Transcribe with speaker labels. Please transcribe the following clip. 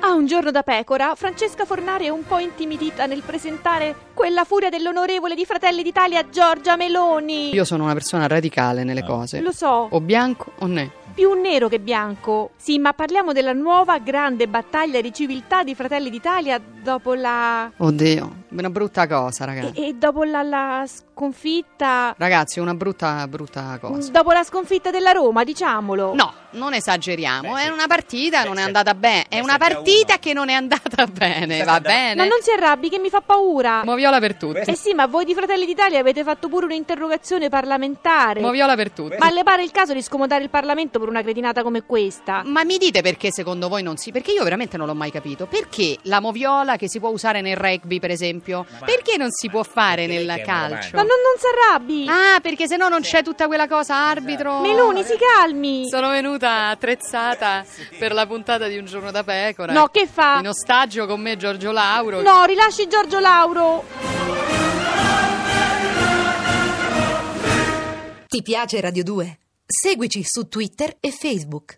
Speaker 1: A Ah, un giorno da pecora, Francesca Fornare è un po' intimidita nel presentare quella furia dell'onorevole di Fratelli d'Italia Giorgia Meloni.
Speaker 2: Io Oh. sono una persona radicale
Speaker 3: Ah.
Speaker 2: nelle cose.
Speaker 1: Lo so,
Speaker 2: O bianco o ne.
Speaker 1: più nero che bianco. Sì, ma parliamo della nuova grande battaglia di civiltà di Fratelli d'Italia dopo la...
Speaker 2: Oddio, una brutta cosa,
Speaker 1: e,
Speaker 2: ragazzi.
Speaker 1: e dopo la, la sconfitta... mm,
Speaker 2: Ragazzi, una brutta, brutta cosa.
Speaker 1: Dopo la sconfitta della Roma, diciamolo.
Speaker 2: No, non esageriamo.
Speaker 3: Beh,
Speaker 2: è
Speaker 3: sì.
Speaker 2: una partita,
Speaker 3: Beh,
Speaker 2: non è
Speaker 3: sette-
Speaker 2: andata bene. È
Speaker 3: beh,
Speaker 2: una
Speaker 3: sette a
Speaker 2: partita
Speaker 3: uno.
Speaker 2: che non è andata bene,
Speaker 3: Sette
Speaker 2: va
Speaker 3: a-
Speaker 2: bene.
Speaker 1: Ma non si arrabbi che mi fa paura.
Speaker 2: Moviola per tutti.
Speaker 1: Eh sì, ma voi di Fratelli d'Italia avete fatto pure un'interrogazione parlamentare.
Speaker 2: Moviola per tutti.
Speaker 1: Ma le pare il caso di scomodare il Parlamento per una cretinata come questa?
Speaker 2: Ma mi dite perché secondo voi non si? Perché io veramente non l'ho mai capito. Perché la moviola che si può usare nel rugby, per esempio,
Speaker 3: Ma-
Speaker 2: perché non si
Speaker 3: ma-
Speaker 2: può fare
Speaker 3: perché
Speaker 2: nel
Speaker 3: lei che è una
Speaker 2: calcio?
Speaker 1: Ma non, non si arrabbi!
Speaker 2: Ah, perché sennò non c'è tutta quella cosa
Speaker 3: Esatto.
Speaker 2: arbitro.
Speaker 1: Meloni, si calmi!
Speaker 2: Sono venuta attrezzata per la puntata di Un giorno da pecora.
Speaker 1: No, che fa?
Speaker 2: In ostaggio con me Giorgio Lauro.
Speaker 1: No, rilasci Giorgio Lauro!
Speaker 4: Ti piace Radio 2? Seguici su Twitter e Facebook.